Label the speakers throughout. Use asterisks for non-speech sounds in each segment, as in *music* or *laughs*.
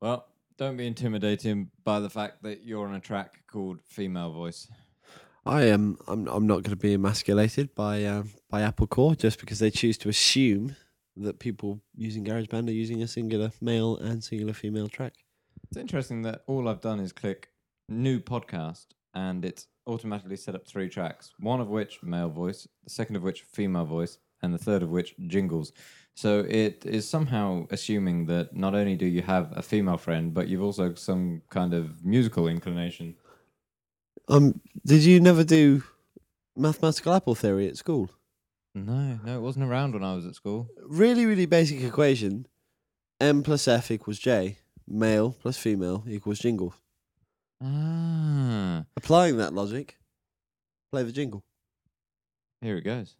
Speaker 1: Well, don't be intimidated by the fact that you're on a track called Female Voice.
Speaker 2: I am. I'm. I'm not going to be emasculated by uh, by Apple Core just because they choose to assume that people using GarageBand are using a singular male and singular female track.
Speaker 1: It's interesting that all I've done is click new podcast and it's automatically set up three tracks, one of which male voice, the second of which female voice, and the third of which jingles. So it is somehow assuming that not only do you have a female friend, but you've also some kind of musical inclination.
Speaker 2: Um. Did you never do mathematical apple theory at school?
Speaker 1: No, no, it wasn't around when I was at school.
Speaker 2: Really, really basic equation. M plus F equals J. Male plus female equals jingle.
Speaker 1: Ah,
Speaker 2: Applying that logic, play the jingle.
Speaker 1: here it goes.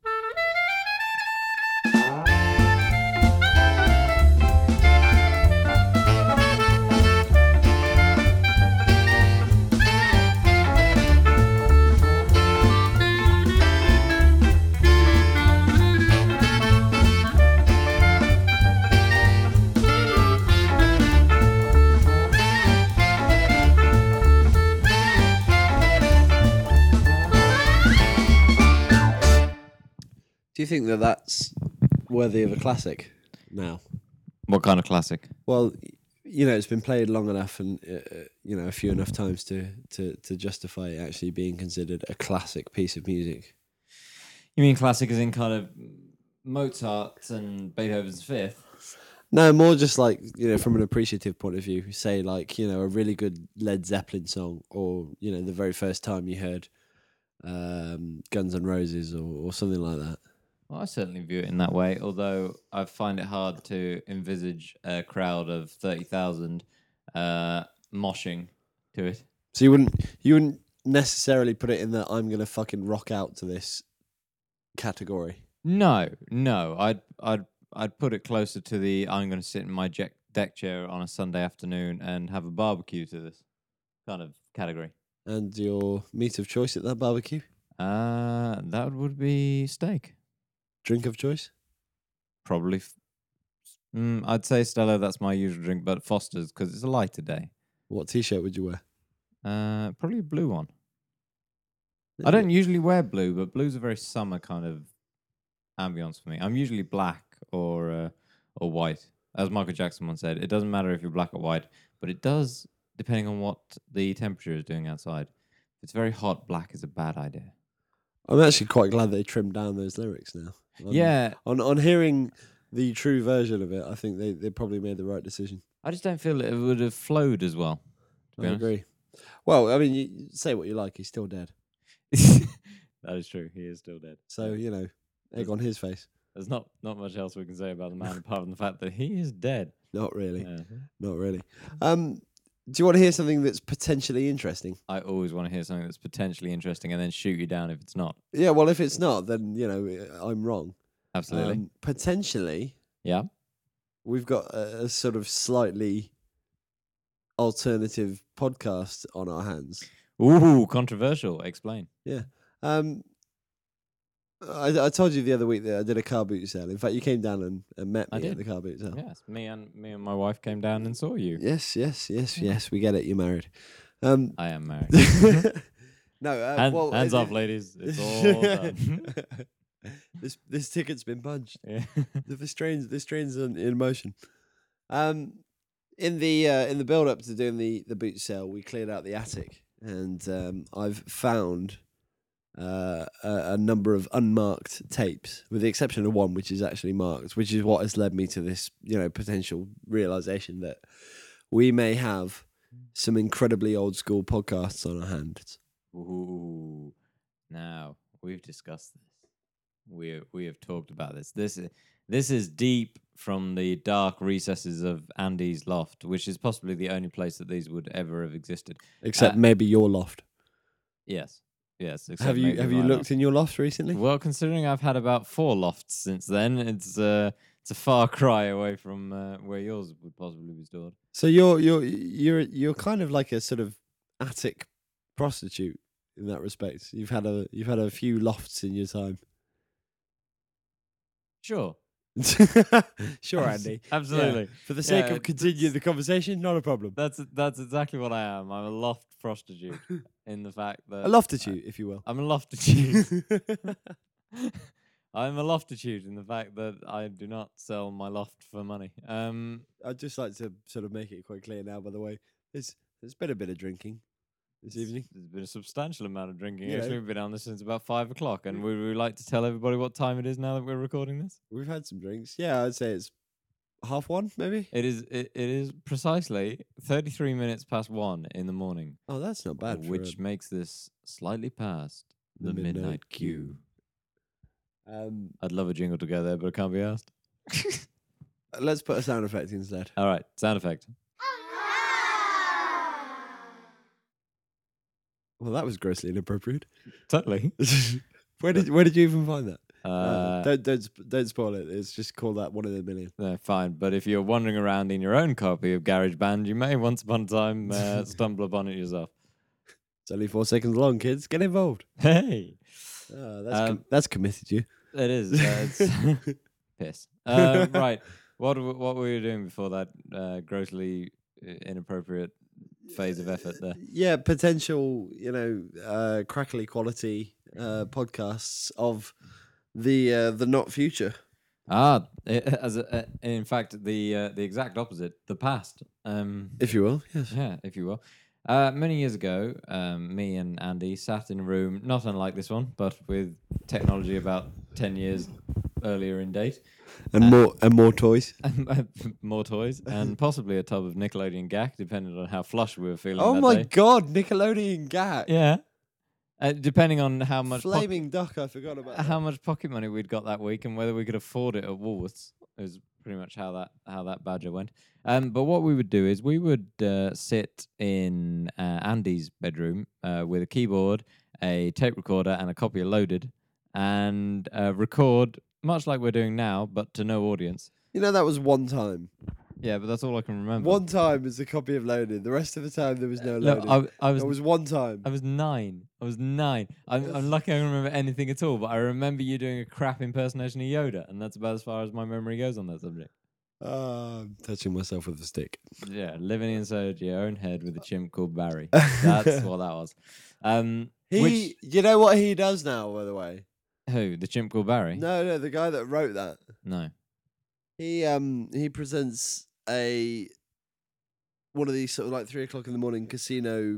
Speaker 2: Do you think that that's worthy of a classic now?
Speaker 1: What kind of classic?
Speaker 2: Well, y- you know, it's been played long enough and, uh, uh, you know, a few enough times to, to, to justify it actually being considered a classic piece of music.
Speaker 1: You mean classic as in kind of Mozart and Beethoven's Fifth?
Speaker 2: No, more just like, you know, from an appreciative point of view, say like, you know, a really good Led Zeppelin song or, you know, the very first time you heard um, Guns N' Roses or, or something like that.
Speaker 1: Well, I certainly view it in that way, although I find it hard to envisage a crowd of 30,000 uh, moshing to it.
Speaker 2: So you wouldn't you wouldn't necessarily put it in the I'm gonna fucking rock out to this category.
Speaker 1: No, no. I'd I'd I'd put it closer to the I'm going to sit in my jack deck chair on a Sunday afternoon and have a barbecue to this kind of category.
Speaker 2: And your meat of choice at that barbecue,
Speaker 1: Uh that would be steak.
Speaker 2: drink of choice.
Speaker 1: Probably f- mm, I'd say Stella that's my usual drink, but Foster's cuz it's a lighter day.
Speaker 2: What T-shirt would you wear?
Speaker 1: Uh probably a blue one. I don't usually wear blue, but blue's a very summer kind of ambience for me. I'm usually black or uh, or white, as Michael Jackson once said. It doesn't matter if you're black or white, but it does depending on what the temperature is doing outside. If it's very hot, black is a bad idea.
Speaker 2: *laughs* I'm actually quite glad they trimmed down those lyrics now. On-
Speaker 1: yeah,
Speaker 2: On on hearing the true version of it, I think they, they probably made the right decision.
Speaker 1: I just don't feel that it would have flowed as well. to be
Speaker 2: I
Speaker 1: honest. *laughs*
Speaker 2: agree. Well, I mean, you you say what you like, he's still dead.
Speaker 1: that is true. He is still dead.
Speaker 2: So you know, egg on his face.
Speaker 1: There's not not much else we can say about the man apart from the fact that he is dead.
Speaker 2: Not really.
Speaker 1: Yeah.
Speaker 2: Not really. Um, do you want to hear something that's potentially interesting?
Speaker 1: I always want to hear something that's potentially interesting and then shoot you down if it's not.
Speaker 2: Yeah, well, if it's not, then you know I'm wrong.
Speaker 1: Absolutely.
Speaker 2: Um, potentially,
Speaker 1: yeah.
Speaker 2: we've got a, a sort of slightly alternative podcast on our hands.
Speaker 1: Ooh, controversial. Explain.
Speaker 2: Um, I, I told you the other week that I did a car boot sale. In fact, you came down and, and met
Speaker 1: I
Speaker 2: me at
Speaker 1: did.
Speaker 2: the car boot sale.
Speaker 1: Yes, me and me and my wife came down and saw you.
Speaker 2: Yes, yes, yes,
Speaker 1: Yeah.
Speaker 2: yes. We get it. You're married. Um,
Speaker 1: I am married.
Speaker 2: *laughs* no, uh,
Speaker 1: Hand-
Speaker 2: well,
Speaker 1: Mm-hmm. hands
Speaker 2: it-
Speaker 1: off, ladies. It's
Speaker 2: *laughs*
Speaker 1: all done. *laughs*
Speaker 2: this this ticket's been punched.
Speaker 1: Yeah.
Speaker 2: the, this train's this train's in, in motion. Um, in the uh, in the build up to doing the the boot sale, we cleared out the attic, and um, I've found uh, a, a number of unmarked tapes, with the exception of one, which is actually marked, which is what has led me to this you know potential realization that we may have some incredibly old school podcasts on our hands.
Speaker 1: Ooh. Now we've discussed this. We we have talked about this. This i- this is deep from the dark recesses of Andy's loft, which is possibly the only place that these would ever have existed.
Speaker 2: Except
Speaker 1: Uh,
Speaker 2: maybe your loft.
Speaker 1: Yes. Yes. except
Speaker 2: Have you
Speaker 1: maybe
Speaker 2: have you
Speaker 1: my loft.
Speaker 2: looked in your loft recently?
Speaker 1: Well, considering I've had about four lofts since then, it's uh, it's a far cry away from uh, where yours would possibly be stored.
Speaker 2: So you're you're you're you're kind of like a sort of attic prostitute in that respect. You've had a you've had a few lofts in your time.
Speaker 1: Sure,
Speaker 2: *laughs*
Speaker 1: *laughs*
Speaker 2: sure, Andy.
Speaker 1: Absolutely.
Speaker 2: For the sake
Speaker 1: Yeah,
Speaker 2: of continuing the conversation, not a problem.
Speaker 1: That's that's exactly what I am. I'm a loft
Speaker 2: *laughs*
Speaker 1: prostitute in the fact that
Speaker 2: A loftitude, if you will.
Speaker 1: I'm a loftitude.
Speaker 2: *laughs*
Speaker 1: *laughs* I'm a loftitude in the fact that I do not sell my loft for money. Um,
Speaker 2: I'd just like to sort of make it quite clear now, by the way. There's, there's been a bit of drinking this
Speaker 1: It's-
Speaker 2: evening.
Speaker 1: There's been a substantial amount of drinking.
Speaker 2: Yeah.
Speaker 1: Actually, we've been on this since about five o'clock, and would we like to tell everybody what time it is now that we're recording this?
Speaker 2: We've had some drinks. Yeah, I'd say it's half one, maybe.
Speaker 1: It is. It, it is precisely thirty-three minutes past one in the morning,
Speaker 2: Oh, that's not bad. for a-
Speaker 1: which makes this slightly past
Speaker 2: The
Speaker 1: the,
Speaker 2: midnight
Speaker 1: midnight,
Speaker 2: queue.
Speaker 1: queue.
Speaker 2: um,
Speaker 1: I'd love a jingle to go there, but it can't be asked.
Speaker 2: let's put a sound effect instead.
Speaker 1: All right, sound effect.
Speaker 2: Well, that was grossly inappropriate.
Speaker 1: Totally.
Speaker 2: *laughs* where did where did you even find that?
Speaker 1: Uh,
Speaker 2: Uh, don't don't sp- don't spoil it. It's just called that one in a million.
Speaker 1: no, fine, but if you're wandering around in your own copy of GarageBand, you may once upon a time uh, stumble upon it yourself.
Speaker 2: It's only four seconds long, kids. Get involved.
Speaker 1: Hey,
Speaker 2: Oh, that's com-
Speaker 1: Um,
Speaker 2: that's committed you.
Speaker 1: it is. Uh, it's, *laughs* Piss. *laughs* Um, right. What w- what were you doing before that uh, grossly uh, inappropriate phase of effort there?
Speaker 2: yeah, potential, you know, uh, crackly quality uh, podcasts of the uh, the not future.
Speaker 1: Ah, i- as a, uh, in fact, the uh, the exact opposite, the past. Um,
Speaker 2: If you will, yes.
Speaker 1: yeah, if you will. Uh, many years ago, um, me and Andy sat in a room not unlike this one, but with technology about ten years earlier in date, *laughs* uh,
Speaker 2: And more and more toys.
Speaker 1: more toys,
Speaker 2: *laughs*
Speaker 1: and possibly a tub of Nickelodeon gack, depending on how flush we were feeling.
Speaker 2: Oh
Speaker 1: that
Speaker 2: my
Speaker 1: day.
Speaker 2: god, Nickelodeon gag.
Speaker 1: Yeah. Uh, depending on how much poc-
Speaker 2: Flaming duck, I forgot about that.
Speaker 1: how much pocket money we'd got that week and whether we could afford it at Woolworths is pretty much how that how that badger went. Um, but what we would do is we would uh, sit in uh, Andy's bedroom uh, with a keyboard, a tape recorder, and a copy of Loaded, and uh, record much like we're doing now, but to no audience.
Speaker 2: You know that was one time.
Speaker 1: Yeah, but that's all I can remember.
Speaker 2: One time is a copy of Loaded. The rest of the time there was no
Speaker 1: No,
Speaker 2: Loaded.
Speaker 1: I, I was
Speaker 2: There was one time.
Speaker 1: I was nine. I was nine. I'm, I'm lucky I don't remember anything at all, but I remember you doing a crap impersonation of Yoda, and that's about as far as my memory goes on that subject.
Speaker 2: Uh, I'm touching myself with a *laughs* stick.
Speaker 1: Yeah, living inside your own head with a chimp called
Speaker 2: *laughs*
Speaker 1: Barry. That's what that was. Um,
Speaker 2: He,
Speaker 1: which,
Speaker 2: you know what he does now, by the way.
Speaker 1: who? The chimp called Barry?
Speaker 2: No, no, the guy that wrote that. *laughs*
Speaker 1: No.
Speaker 2: He um he presents a one of these sort of like three o'clock in the morning casino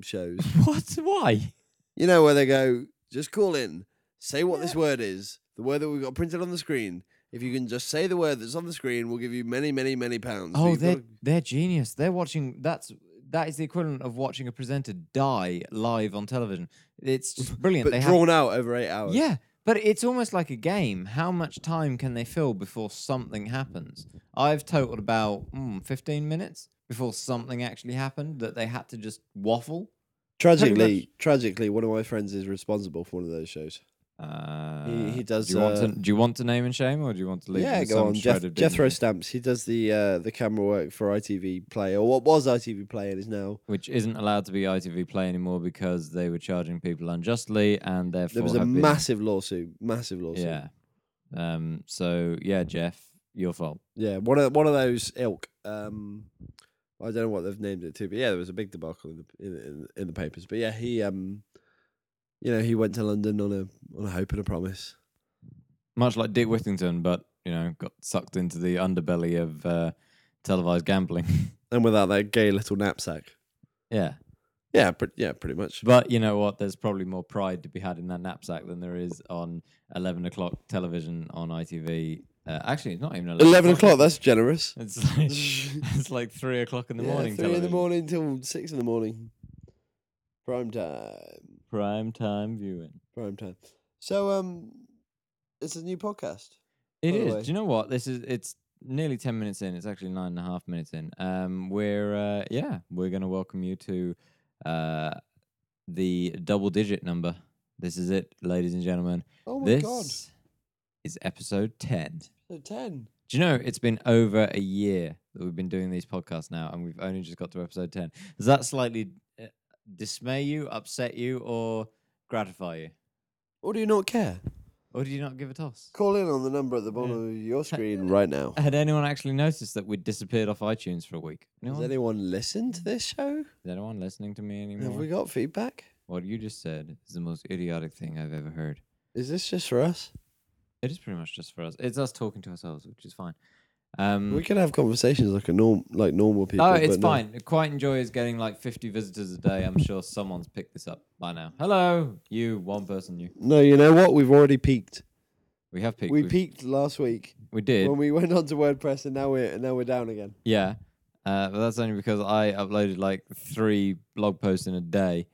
Speaker 1: *laughs*
Speaker 2: shows.
Speaker 1: What? Why?
Speaker 2: you know where they go, just call in, say what this word is, the word that we've got printed on the screen. If you can just say the word that's on the screen, we'll give you many, many, many pounds. But
Speaker 1: Oh,
Speaker 2: you've
Speaker 1: they're
Speaker 2: gotta-
Speaker 1: they're genius. They're watching. That's that is the equivalent of watching a presenter die live on television. It's
Speaker 2: *laughs*
Speaker 1: just brilliant.
Speaker 2: but
Speaker 1: they have *laughs*
Speaker 2: drawn out over eight hours.
Speaker 1: Yeah, but it's almost like a game. How much time can they fill before something happens? I've totaled about mm, 15 minutes before something actually happened that they had to just waffle. Pretty
Speaker 2: Tragically, tragically, one of my friends is responsible for one of those shows.
Speaker 1: Uh,
Speaker 2: he does,
Speaker 1: Do you, want to,
Speaker 2: uh,
Speaker 1: do you want to name and shame, or do you want to leave? it
Speaker 2: yeah,
Speaker 1: with
Speaker 2: go
Speaker 1: some
Speaker 2: on.
Speaker 1: shred
Speaker 2: Jeff,
Speaker 1: of
Speaker 2: Jethro
Speaker 1: dignity?
Speaker 2: Stamps. He does the uh, the camera work for ITV Play, or what was ITV Play and is now.
Speaker 1: which isn't allowed to be ITV Play anymore because they were charging people unjustly, and therefore
Speaker 2: There was a
Speaker 1: have been-
Speaker 2: massive lawsuit, massive lawsuit.
Speaker 1: yeah. Um. So yeah, Jeff, your fault.
Speaker 2: yeah, one of one of those ilk. Um, I don't know what they've named it to, but yeah, there was a big debacle in the in, in, in the papers. But yeah, he um, you know, he went to London on a on a hope and a promise.
Speaker 1: much like Dick Whittington, but you know, got sucked into the underbelly of uh, televised gambling. *laughs*
Speaker 2: And without that gay little knapsack,
Speaker 1: yeah,
Speaker 2: yeah, pre- yeah, pretty much.
Speaker 1: but you know what? There's probably more pride to be had in that knapsack than there is on 11 o'clock television on ITV. Uh, actually, it's not even 11,
Speaker 2: Eleven o'clock. That's generous.
Speaker 1: It's
Speaker 2: *laughs*
Speaker 1: like it's like three o'clock in the
Speaker 2: Yeah,
Speaker 1: morning.
Speaker 2: three in the
Speaker 1: television.
Speaker 2: morning till six in the morning. Prime time.
Speaker 1: Prime time viewing.
Speaker 2: Prime time. So um, it's a new podcast.
Speaker 1: It
Speaker 2: by the
Speaker 1: is.
Speaker 2: way.
Speaker 1: Do you know what? This is it's nearly ten minutes in. It's actually nine and a half minutes in. Um, we're uh, yeah, we're gonna welcome you to uh, the double digit number. This is it, ladies and gentlemen.
Speaker 2: Oh my
Speaker 1: this
Speaker 2: god!
Speaker 1: is episode ten.
Speaker 2: So ten.
Speaker 1: Do you know it's been over a year that we've been doing these podcasts now, and we've only just got to episode ten. Does that slightly uh, dismay you, upset you, or gratify you?
Speaker 2: Or do you not care?
Speaker 1: Or do you not give a toss?
Speaker 2: Call in on the number at the bottom of your screen right now.
Speaker 1: Had anyone actually noticed that we'd disappeared off iTunes for a week? No
Speaker 2: Has
Speaker 1: one?
Speaker 2: anyone listened to this show?
Speaker 1: Is anyone listening to me anymore?
Speaker 2: Have we got feedback?
Speaker 1: What you just said is the most idiotic thing I've ever heard.
Speaker 2: Is this just for us?
Speaker 1: It is pretty much just for us. It's us talking to ourselves, which is fine. Um,
Speaker 2: We could have conversations like a norm, like normal people.
Speaker 1: oh, it's
Speaker 2: but no.
Speaker 1: fine. Quite enjoy is getting like 50 visitors a day. I'm sure someone's picked this up by now. Hello, you, one person, you.
Speaker 2: No, you know what? We've already peaked.
Speaker 1: We have picked.
Speaker 2: We peaked last week
Speaker 1: We did.
Speaker 2: when we went on to WordPress, and now we're and now we're down again.
Speaker 1: Yeah. Uh, but that's only because I uploaded like three blog posts in a day.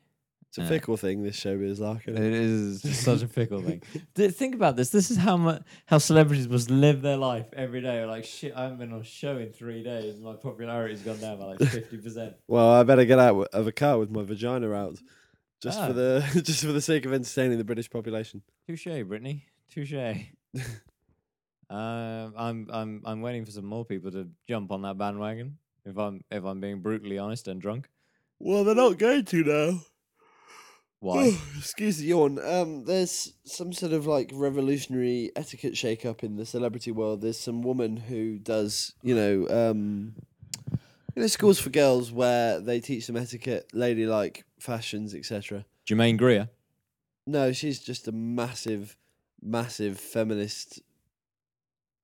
Speaker 2: It's a
Speaker 1: Yeah.
Speaker 2: fickle thing. This show is like
Speaker 1: It is just *laughs* such a fickle thing. Th- Think about this. This is how much how celebrities must live their life every day. Like shit, I haven't been on a show in three days. My popularity's gone down by *laughs* like fifty percent.
Speaker 2: Well, I better get out w- of a car with my vagina out, just
Speaker 1: Ah.
Speaker 2: for the *laughs* just for the sake of entertaining the British population.
Speaker 1: Touche, Brittany. *laughs* Touche. uh, I'm I'm I'm waiting for some more people to jump on that bandwagon. If I'm if I'm being brutally honest and drunk,
Speaker 2: Well, they're not going to now.
Speaker 1: why?
Speaker 2: *sighs* Excuse the yawn. Um, there's some sort of like revolutionary etiquette shake-up in the celebrity world. There's some woman who does, you know, um, you know, schools for girls where they teach them etiquette, ladylike fashions, etc.
Speaker 1: Jermaine Greer.
Speaker 2: No, she's just a massive, massive feminist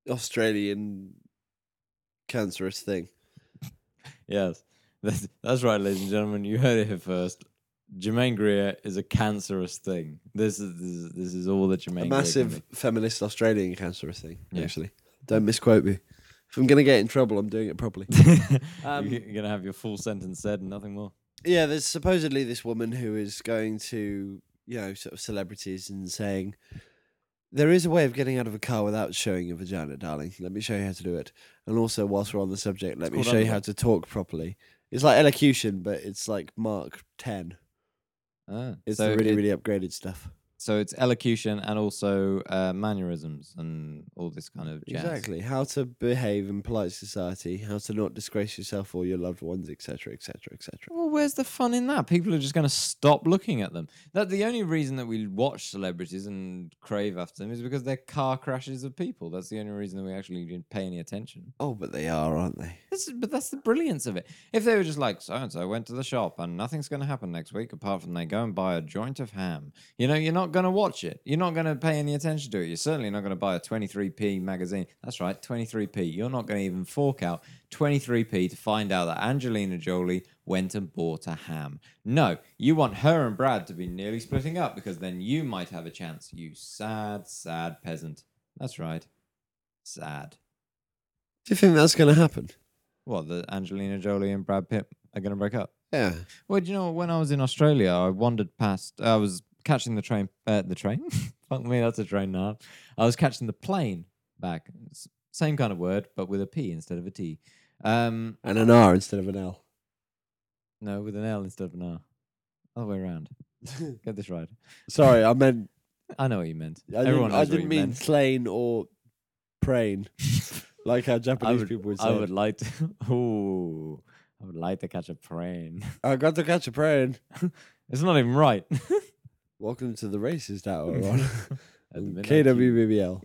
Speaker 2: Australian cancerous thing.
Speaker 1: Yes, that's, that's right, ladies and gentlemen. You heard it here first. Jermaine Greer is a cancerous thing. This is this is, this is all that Jermaine. Greer
Speaker 2: a
Speaker 1: can
Speaker 2: massive
Speaker 1: be. *laughs*
Speaker 2: feminist Australian cancerous thing,
Speaker 1: Yeah.
Speaker 2: actually. Don't misquote me. If I'm going to get in trouble, I'm doing it properly. *laughs* Um,
Speaker 1: You're gonna have your full sentence said and nothing more.
Speaker 2: yeah, there's supposedly this woman who is going to, you know, sort of celebrities and saying, there is a way of getting out of a car without showing your vagina, darling. Let me show you how to do it. And also, whilst we're on the subject, let me
Speaker 1: called
Speaker 2: show you
Speaker 1: underwear.
Speaker 2: how to talk properly. It's like elocution, but it's like Mark 10.
Speaker 1: Ah,
Speaker 2: It's
Speaker 1: so
Speaker 2: the really,
Speaker 1: it-
Speaker 2: really upgraded stuff.
Speaker 1: so it's elocution and also uh, mannerisms and all this kind of jazz.
Speaker 2: Exactly. How to behave in polite society, how to not disgrace yourself or your loved ones, etc., etc., etc.
Speaker 1: Well, where's the fun in that? People are just going to stop looking at them. That the only reason that we watch celebrities and crave after them is because they're car crashes of people. That's the only reason that we actually didn't pay any attention.
Speaker 2: Oh, but they are, aren't they?
Speaker 1: This is, but that's the brilliance of it. If they were just like, so and so went to the shop and nothing's going to happen next week apart from they go and buy a joint of ham, you know, you're not going to watch it. You're not going to pay any attention to it. You're certainly not going to buy a 23p magazine. That's right, 23p. You're not going to even fork out 23p to find out that Angelina Jolie went and bought a ham. No, you want her and Brad to be nearly splitting up because then you might have a chance, you sad, sad peasant. That's right, sad.
Speaker 2: Do you think that's going to happen?
Speaker 1: What, that Angelina Jolie and Brad Pitt are going to break up?
Speaker 2: Yeah.
Speaker 1: Well, do you know, when I was in Australia, I wandered past, I was catching the train, uh, the train? *laughs* Fuck me, that's a train now. I was catching the plane back. S- Same kind of word, but with a P instead of a T. Um,
Speaker 2: And an R instead of an L. *laughs*
Speaker 1: no, with an L instead of an R. Other way around. Get this right.
Speaker 2: Sorry, I meant.
Speaker 1: I know what you meant.
Speaker 2: I
Speaker 1: Everyone
Speaker 2: didn't,
Speaker 1: knows
Speaker 2: I
Speaker 1: what
Speaker 2: didn't
Speaker 1: you
Speaker 2: mean *laughs* slain or praying,
Speaker 1: meant.
Speaker 2: like how Japanese
Speaker 1: would-
Speaker 2: people would say.
Speaker 1: I
Speaker 2: I,
Speaker 1: would like to. *laughs* Ooh, I would like to catch a plane. *laughs*
Speaker 2: got to catch a praying.
Speaker 1: It's not even right. *laughs*
Speaker 2: Welcome to the races that we're on. *laughs*
Speaker 1: At the midnight queue.
Speaker 2: KWBBL.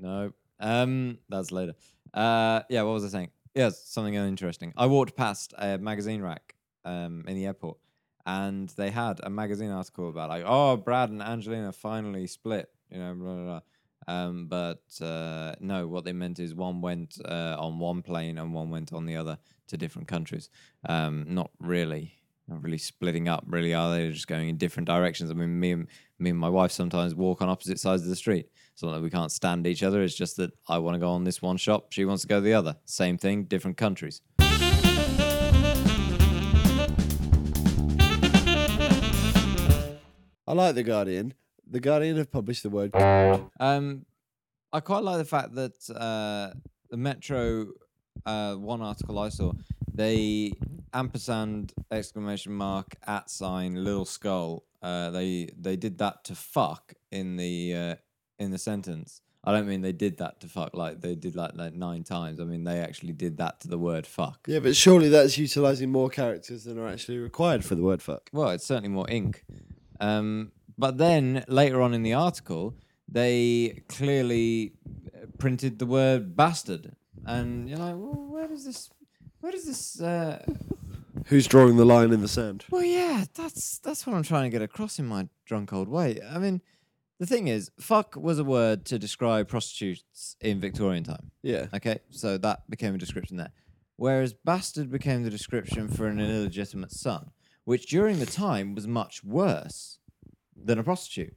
Speaker 1: No. Um, that's later. Uh, yeah. What was I saying? Yes, something interesting. I walked past a magazine rack um, in the airport, and they had a magazine article about like, oh, Brad and Angelina finally split. You know, blah blah. blah. Um, but uh, no, what they meant is one went uh, on one plane and one went on the other to different countries. Um, not really, not really splitting up. Really, are they They're just going in different directions? I mean, me and me and my wife sometimes walk on opposite sides of the street. It's not that we can't stand each other. It's just that I want to go on this one shop, she wants to go to the other. Same thing, different countries.
Speaker 2: I like The Guardian. The Guardian have published the word.
Speaker 1: Um, I quite like the fact that uh, the Metro, uh, one article I saw, they ampersand exclamation mark at sign little skull. Uh, they they did that to fuck in the uh, in the sentence. I don't mean they did that to fuck like they did like, like nine times. I mean they actually did that to the word fuck.
Speaker 2: Yeah, but surely that's utilising more characters than are actually required for the word fuck.
Speaker 1: Well, it's certainly more ink. Um, but then later on in the article, they clearly uh, printed the word bastard. And you're like, well, where does this, where does this, uh,
Speaker 2: Who's drawing the line in the sand?
Speaker 1: well, yeah, that's that's what I'm trying to get across in my drunk old way. I mean, the thing is, fuck was a word to describe prostitutes in Victorian time.
Speaker 2: Yeah.
Speaker 1: Okay, so that became a description there. Whereas bastard became the description for an illegitimate son, which during the time was much worse than a prostitute.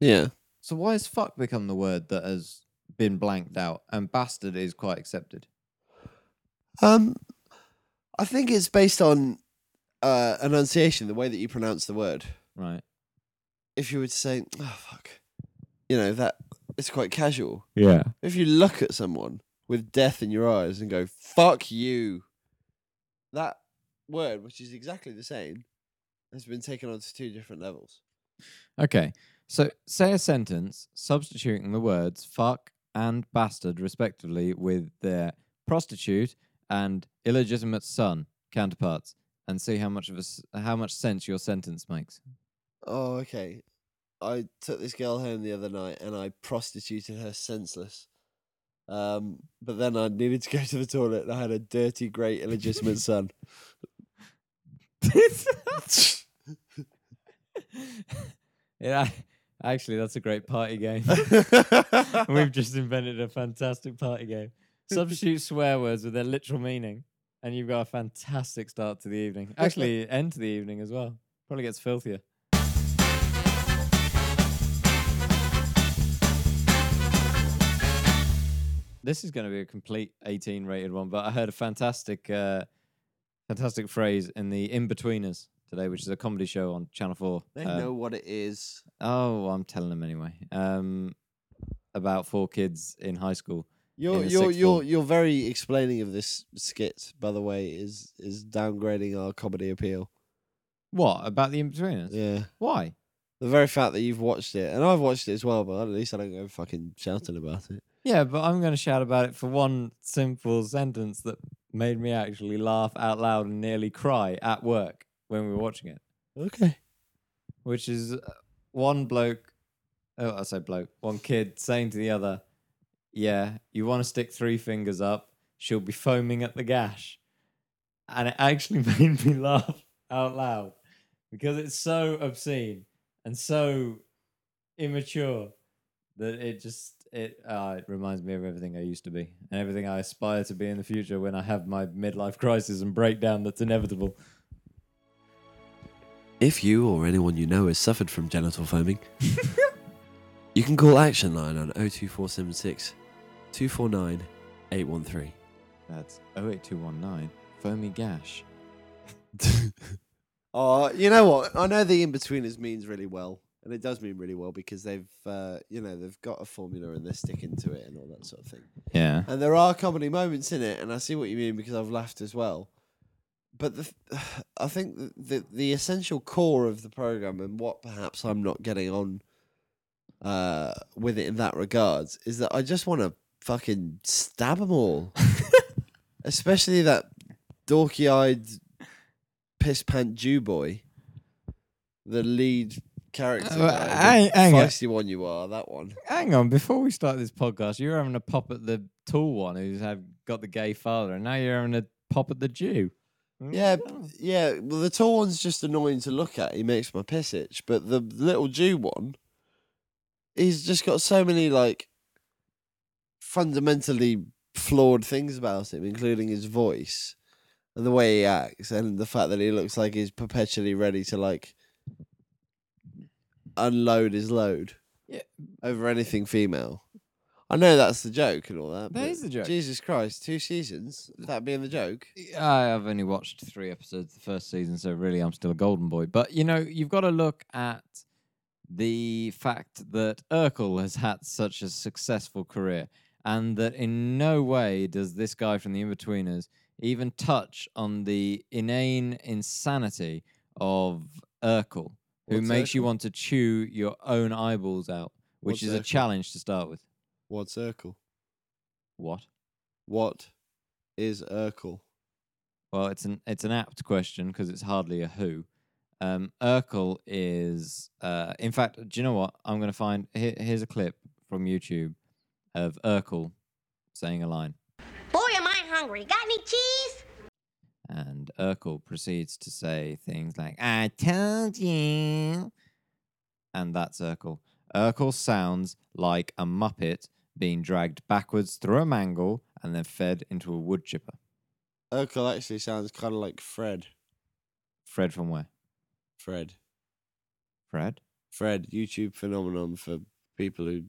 Speaker 2: Yeah.
Speaker 1: So why has fuck become the word that has been blanked out and bastard is quite accepted?
Speaker 2: Um, I think it's based on uh, enunciation, the way that you pronounce the word.
Speaker 1: Right.
Speaker 2: If you were to say, "Oh fuck," you know that it's quite casual.
Speaker 1: Yeah.
Speaker 2: If you look at someone with death in your eyes and go "fuck you," that word, which is exactly the same, has been taken on to two different levels.
Speaker 1: Okay. So say a sentence substituting the words fuck and bastard respectively with their prostitute and illegitimate son counterparts and see how much of a s how much sense your sentence makes.
Speaker 2: Oh, okay. I took this girl home the other night and I prostituted her senseless. Um, but then I needed to go to the toilet and I had a dirty, great, illegitimate son.
Speaker 1: *laughs* yeah. Actually, that's a great party game. *laughs*
Speaker 2: We've
Speaker 1: We've just invented a fantastic party game. Substitute swear words with their literal meaning, and you've got a fantastic start to the evening. Actually, end to the evening as well. Probably gets filthier. This is going to be a complete 18 rated one, but I heard a fantastic, uh, fantastic phrase in the In Betweeners today, which is a comedy show on Channel 4.
Speaker 2: they
Speaker 1: uh,
Speaker 2: know what it is.
Speaker 1: Oh, I'm telling them anyway. Um, about four kids in high school.
Speaker 2: Your
Speaker 1: the
Speaker 2: your
Speaker 1: sixth
Speaker 2: your
Speaker 1: form.
Speaker 2: your very explaining of this skit, by the way, is is downgrading our comedy appeal.
Speaker 1: What about the in betweeners?
Speaker 2: Yeah.
Speaker 1: Why?
Speaker 2: The very fact that you've watched it, and I've watched it as well, but at least I don't go fucking shouting about it.
Speaker 1: Yeah, but I'm going to shout about it for one simple sentence that made me actually laugh out loud and nearly cry at work when we were watching it,
Speaker 2: Okay.
Speaker 1: which is uh, one bloke, oh, I say bloke, one kid saying to the other, Yeah, you want to stick three fingers up, she'll be foaming at the gash. And it actually *laughs* made me laugh out loud because it's so obscene and so immature that it just it uh, it reminds me of everything I used to be and everything I aspire to be in the future when I have my midlife crisis and breakdown that's inevitable.
Speaker 2: If you or anyone you know has suffered from genital *laughs* foaming, you can call Action Line on 02476 249 813.
Speaker 1: That's 08219 foamy gash.
Speaker 2: Oh, you know what? I know the in betweeners means really well, and it does mean really well because they've, uh, you know, they've got a formula and they're sticking to it and all that sort of thing.
Speaker 1: Yeah.
Speaker 2: And there are comedy moments in it, and I see what you mean because I've laughed as well. But the, *sighs* I think the, the the essential core of the program and what perhaps I'm not getting on uh, with it in that regards is that I just want to fucking stab them all,
Speaker 1: *laughs*
Speaker 2: especially that dorky eyed piss pant Jew boy, the lead character.
Speaker 1: Uh,
Speaker 2: guy, the
Speaker 1: hang- hang on.
Speaker 2: feisty one you are, that one.
Speaker 1: Hang on, before we start this podcast, you were having a pop at the tall one who's have got the gay father, and now you're having a pop at the Jew.
Speaker 2: Mm, Yeah, b- yeah. Well, the tall one's just annoying to look at. He makes my piss itch. But the little Jew one, he's just got so many like fundamentally flawed things about him, including his voice and the way he acts, and the fact that he looks like he's perpetually ready to like unload his load
Speaker 1: Yeah.
Speaker 2: over anything female. I know that's the joke and all that.
Speaker 1: That
Speaker 2: but
Speaker 1: is the joke.
Speaker 2: Jesus Christ, two seasons. That being the joke.
Speaker 1: I have only watched three episodes of the first season, so really I'm still a golden boy. But you know, you've got to look at the fact that Urkel has had such a successful career, and that in no way does this guy from the Inbetweeners even touch on the inane insanity of Urkel, who
Speaker 2: What's
Speaker 1: makes you
Speaker 2: Urkel?
Speaker 1: want to chew your own eyeballs out, which
Speaker 2: What's
Speaker 1: is a
Speaker 2: Urkel?
Speaker 1: challenge to start with.
Speaker 2: What circle?
Speaker 1: What?
Speaker 2: What is Urkel?
Speaker 1: Well, it's an it's an apt question because it's hardly a who. Um, Urkel is, uh, in fact, do you know what? I'm going to find. Here, here's a clip from YouTube of Urkel saying a line,
Speaker 3: Boy, am I hungry. Got any cheese?
Speaker 1: and Urkel proceeds to say things like "I told you," and that's Urkel. Urkel sounds like a muppet being dragged backwards through a mangle and then fed into a wood chipper.
Speaker 2: Urkel actually sounds kind of like Fred.
Speaker 1: Fred from where?
Speaker 2: Fred.
Speaker 1: Fred.
Speaker 2: Fred, YouTube phenomenon for people who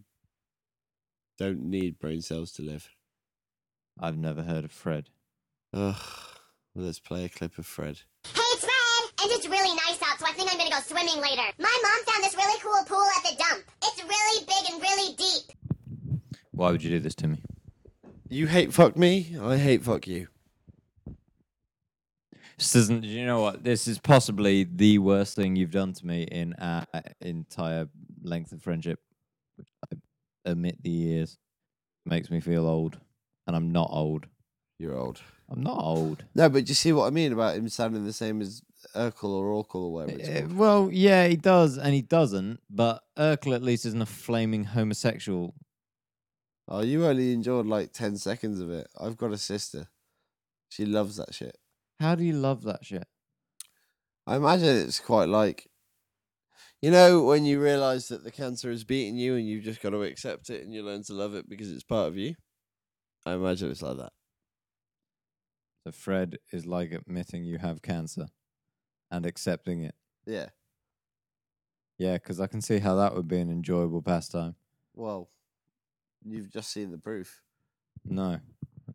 Speaker 2: don't need brain cells to live.
Speaker 1: I've never heard of Fred.
Speaker 2: Ugh. Well, let's play a clip of Fred.
Speaker 3: Hey, it's Fred! And it's really nice out, so I think I'm gonna go swimming later. My mom found this really cool pool at the dump. It's really big and really deep.
Speaker 1: Why would you do this to me?
Speaker 2: You hate fuck me. I hate fuck you.
Speaker 1: This isn't. You know what? This is possibly the worst thing you've done to me in our entire length of friendship. Which I admit the years makes me feel old, and I'm not old.
Speaker 2: You're old.
Speaker 1: I'm not old.
Speaker 2: No, but you see what I mean about him sounding the same as Urkel or Orkel or whatever it's
Speaker 1: Eh,
Speaker 2: called.
Speaker 1: well, yeah, he does, and he doesn't. But Urkel at least isn't a flaming homosexual.
Speaker 2: Oh, you only enjoyed like 10 seconds of it. I've got a sister. She loves that shit.
Speaker 1: How do you love that shit?
Speaker 2: I imagine it's quite like, you know, when you realize that the cancer is beating you and you've just got to accept it and you learn to love it because it's part of you. I imagine it's like that.
Speaker 1: So Fred is like admitting you have cancer and accepting it.
Speaker 2: Yeah.
Speaker 1: Yeah, because I can see how that would be an enjoyable pastime.
Speaker 2: Well, you've just seen the proof.
Speaker 1: No,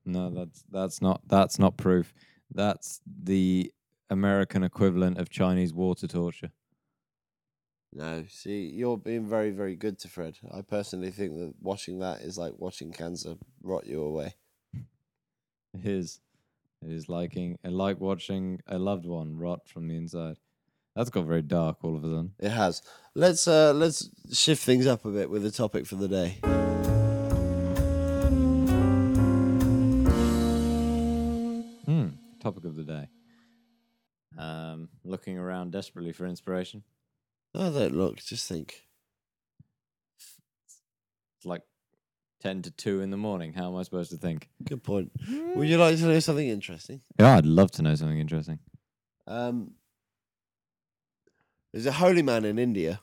Speaker 1: no, that's that's not that's not proof. That's the American equivalent of Chinese water torture.
Speaker 2: No, see, you're being very, very good to Fred. I personally think that watching that is like watching cancer rot you away.
Speaker 1: It is, it is liking I like watching a loved one rot from the inside. That's got very dark all of a sudden.
Speaker 2: It has. Let's uh let's shift things up a bit with the topic for the day.
Speaker 1: Hmm. Topic of the day. Um, looking around desperately for inspiration.
Speaker 2: Oh, don't look. Just think.
Speaker 1: It's like ten to two in the morning. How am I supposed to think?
Speaker 2: Good point. Would you like to know something interesting?
Speaker 1: Yeah, I'd love to know something interesting.
Speaker 2: Um, there's a holy man in India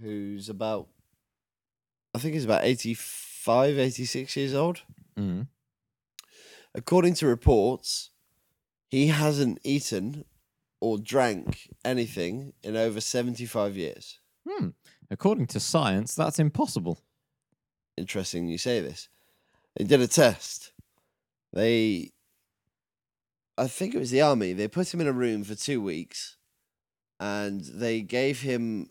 Speaker 2: who's about, I think he's about 85, 86 years old.
Speaker 1: Mm.
Speaker 2: According to reports, he hasn't eaten or drank anything in over 75 years.
Speaker 1: Hmm. According to science, that's impossible.
Speaker 2: Interesting you say this. They did a test. They, I think it was the army, they put him in a room for two weeks and they gave him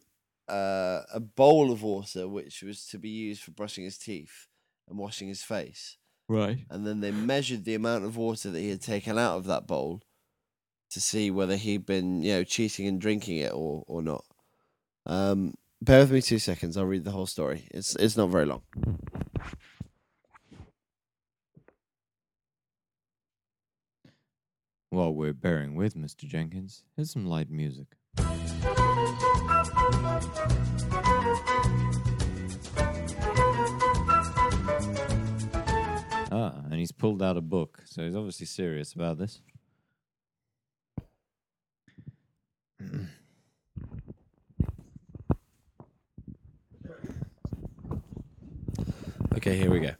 Speaker 2: uh, a bowl of water, which was to be used for brushing his teeth and washing his face.
Speaker 1: Right.
Speaker 2: and then they measured the amount of water that he had taken out of that bowl to see whether he'd been, you know, cheating and drinking it or or not. Um, bear with me two seconds. I'll read the whole story. It's it's not very long.
Speaker 1: While we're bearing with Mr. Jenkins, here's some light music. Ah, and he's pulled out a book, so he's obviously serious about this.
Speaker 2: Okay, here we go.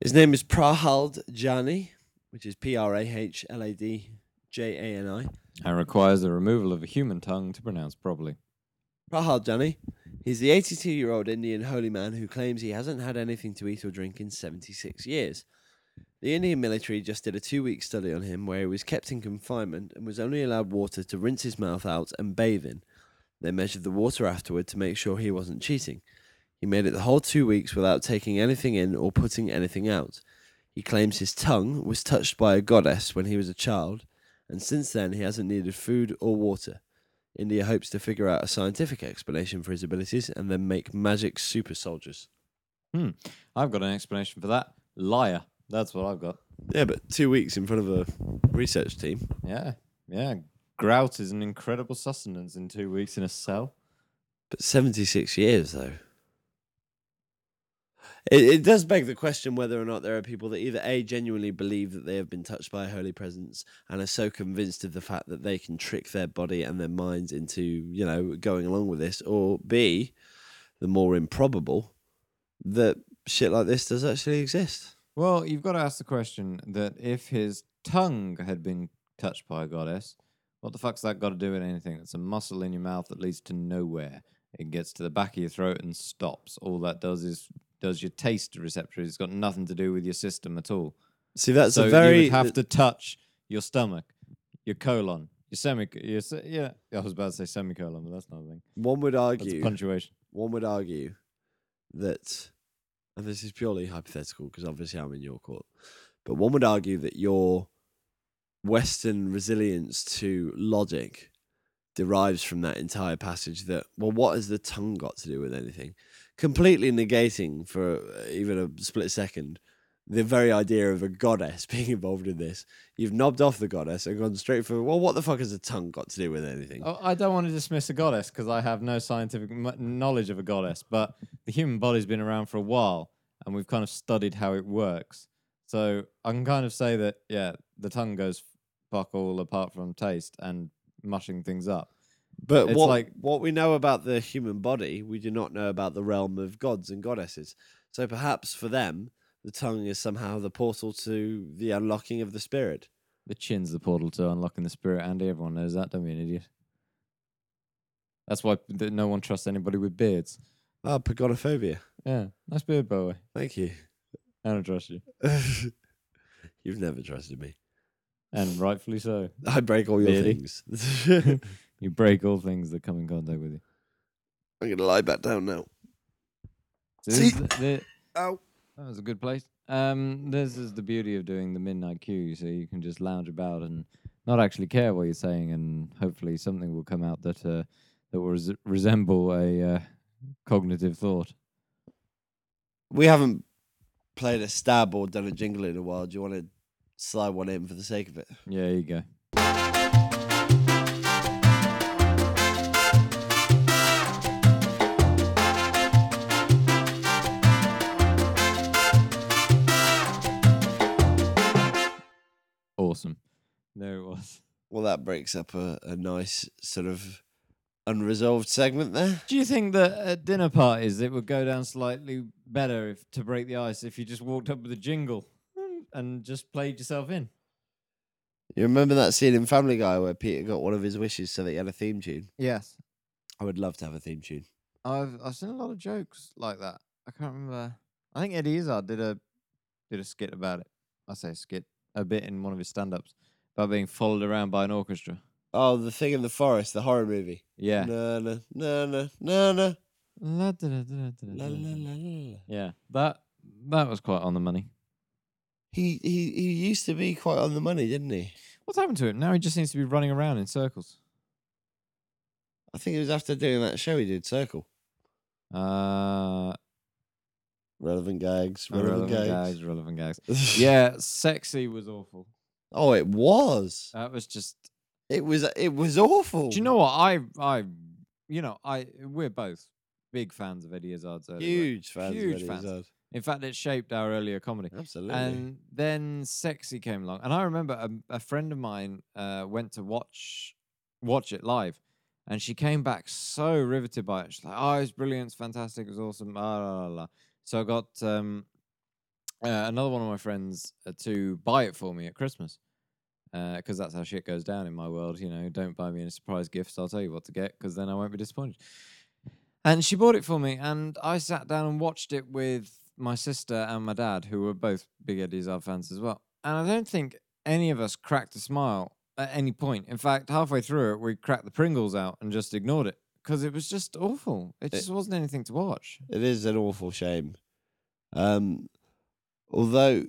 Speaker 2: His name is Prahald Jani, which is P R A H L A D J A N I.
Speaker 1: And requires the removal of a human tongue to pronounce properly.
Speaker 2: Prahad Jani. He's the 82 year old Indian holy man who claims he hasn't had anything to eat or drink in 76 years. The Indian military just did a two week study on him where he was kept in confinement and was only allowed water to rinse his mouth out and bathe in. They measured the water afterward to make sure he wasn't cheating. He made it the whole two weeks without taking anything in or putting anything out. He claims his tongue was touched by a goddess when he was a child, and since then he hasn't needed food or water. India hopes to figure out a scientific explanation for his abilities and then make magic super soldiers.
Speaker 1: Hmm, I've got an explanation for that. Liar. That's what I've got.
Speaker 2: Yeah, but two weeks in front of a research team.
Speaker 1: Yeah, yeah. Grout is an incredible sustenance in two weeks in a cell.
Speaker 2: But 76 years, though. It, it does beg the question whether or not there are people that either A, genuinely believe that they have been touched by a holy presence and are so convinced of the fact that they can trick their body and their minds into, you know, going along with this, or B, the more improbable, that shit like this does actually exist.
Speaker 1: Well, you've got to ask the question that if his tongue had been touched by a goddess, what the fuck's that got to do with anything? It's a muscle in your mouth that leads to nowhere. It gets to the back of your throat and stops. All that does is does your taste receptors. It's got nothing to do with your system at all.
Speaker 2: See, that's
Speaker 1: so
Speaker 2: a very.
Speaker 1: you would have to touch your stomach, your colon, your semi. Your, se- yeah, I was about to say semicolon, but that's not a thing.
Speaker 2: one would
Speaker 1: That's
Speaker 2: argue. *laughs*
Speaker 1: punctuation.
Speaker 2: one would argue that, and this is purely hypothetical because obviously I'm in your court, but one would argue that your Western resilience to logic derives from that entire passage that, well, what has the tongue got to do with anything? Completely negating for uh, even a split second the very idea of a goddess *laughs* being involved in this. You've knobbed off the goddess and gone straight for, well, what the fuck has the tongue got to do with anything?
Speaker 1: Oh, I don't want to dismiss a goddess because I have no scientific m- knowledge of a goddess, but the human body's been around for a while and we've kind of studied how it works. So I can kind of say that, yeah, the tongue goes fuck all apart from taste and mushing things up.
Speaker 2: But
Speaker 1: It's
Speaker 2: what
Speaker 1: like-
Speaker 2: what we know about the human body, we do not know about the realm of gods and goddesses. So perhaps for them, the tongue is somehow the portal to the unlocking of the spirit.
Speaker 1: The chin's the portal to unlocking the spirit, Andy. Everyone knows that. Don't be an idiot. That's why p- that no one trusts anybody with beards.
Speaker 2: Ah, pagodophobia.
Speaker 1: Yeah, nice beard, by the way.
Speaker 2: Thank you.
Speaker 1: I don't trust you.
Speaker 2: *laughs* You've never trusted me.
Speaker 1: And rightfully so.
Speaker 2: I break all your
Speaker 1: Really?
Speaker 2: things. *laughs*
Speaker 1: You break all things that come in contact with you.
Speaker 2: I'm gonna lie back down now.
Speaker 1: So this is
Speaker 2: See?
Speaker 1: the, the,
Speaker 2: Ow.
Speaker 1: That was a good place. Um, this is the beauty of doing the midnight queue, so you can just lounge about and not actually care what you're saying, and hopefully something will come out that uh, that will res- resemble a uh, cognitive thought.
Speaker 2: We haven't played a stab or done a jingle in a while. Do you want to slide one in for the sake of it?
Speaker 1: Yeah, you go. Awesome. There it was.
Speaker 2: Well, that breaks up a, a nice sort of unresolved segment there.
Speaker 1: Do you think that at dinner parties it would go down slightly better if to break the ice if you just walked up with a jingle and just played yourself in?
Speaker 2: You remember that scene in Family Guy where Peter got one of his wishes so that he had a theme tune?
Speaker 1: Yes.
Speaker 2: I would love to have a theme tune.
Speaker 1: I've I've seen a lot of jokes like that. I can't remember. I think Eddie Izzard did a did a skit about it. I say skit a bit in one of his stand-ups about being followed around by an orchestra.
Speaker 2: Oh, the thing in the forest, the horror movie.
Speaker 1: Yeah.
Speaker 2: Na na na na na na
Speaker 1: La da da da da
Speaker 2: *laughs*
Speaker 1: da da
Speaker 2: la
Speaker 1: da.
Speaker 2: la la la. la.
Speaker 1: Yeah. That that was quite on the money.
Speaker 2: He he he used to be quite on the money, didn't he?
Speaker 1: What's happened to him? Now he just seems to be running around in circles.
Speaker 2: I think it was after doing that show he did Circle.
Speaker 1: Uh
Speaker 2: Relevant gags, Oh, relevant,
Speaker 1: relevant
Speaker 2: gags.
Speaker 1: gags, relevant gags.
Speaker 2: *laughs*
Speaker 1: yeah, sexy was awful.
Speaker 2: Oh, it was.
Speaker 1: That was just.
Speaker 2: It was it was awful.
Speaker 1: Do you know what I? I, you know, I. We're both big fans of Eddie Izzard's early work.
Speaker 2: Huge fans. of
Speaker 1: Huge
Speaker 2: Eddie
Speaker 1: fans.
Speaker 2: Izzard.
Speaker 1: In fact, it shaped our earlier comedy.
Speaker 2: Absolutely.
Speaker 1: And then sexy came along, and I remember a, a friend of mine uh, went to watch watch it live, and she came back so riveted by it. She's like, "Oh, it's brilliant! It's fantastic! It was awesome!" La la la. la." So I got um, uh, another one of my friends uh, to buy it for me at Christmas, because that's how shit goes down in my world. You know, don't buy me any surprise gifts. I'll tell you what to get, because then I won't be disappointed. And she bought it for me, and I sat down and watched it with my sister and my dad, who were both big Eddie Izzard fans as well. And I don't think any of us cracked a smile at any point. In fact, halfway through it, we cracked the Pringles out and just ignored it because it was just awful. It
Speaker 2: It-
Speaker 1: just wasn't anything to watch.
Speaker 2: It is an awful shame. Um, although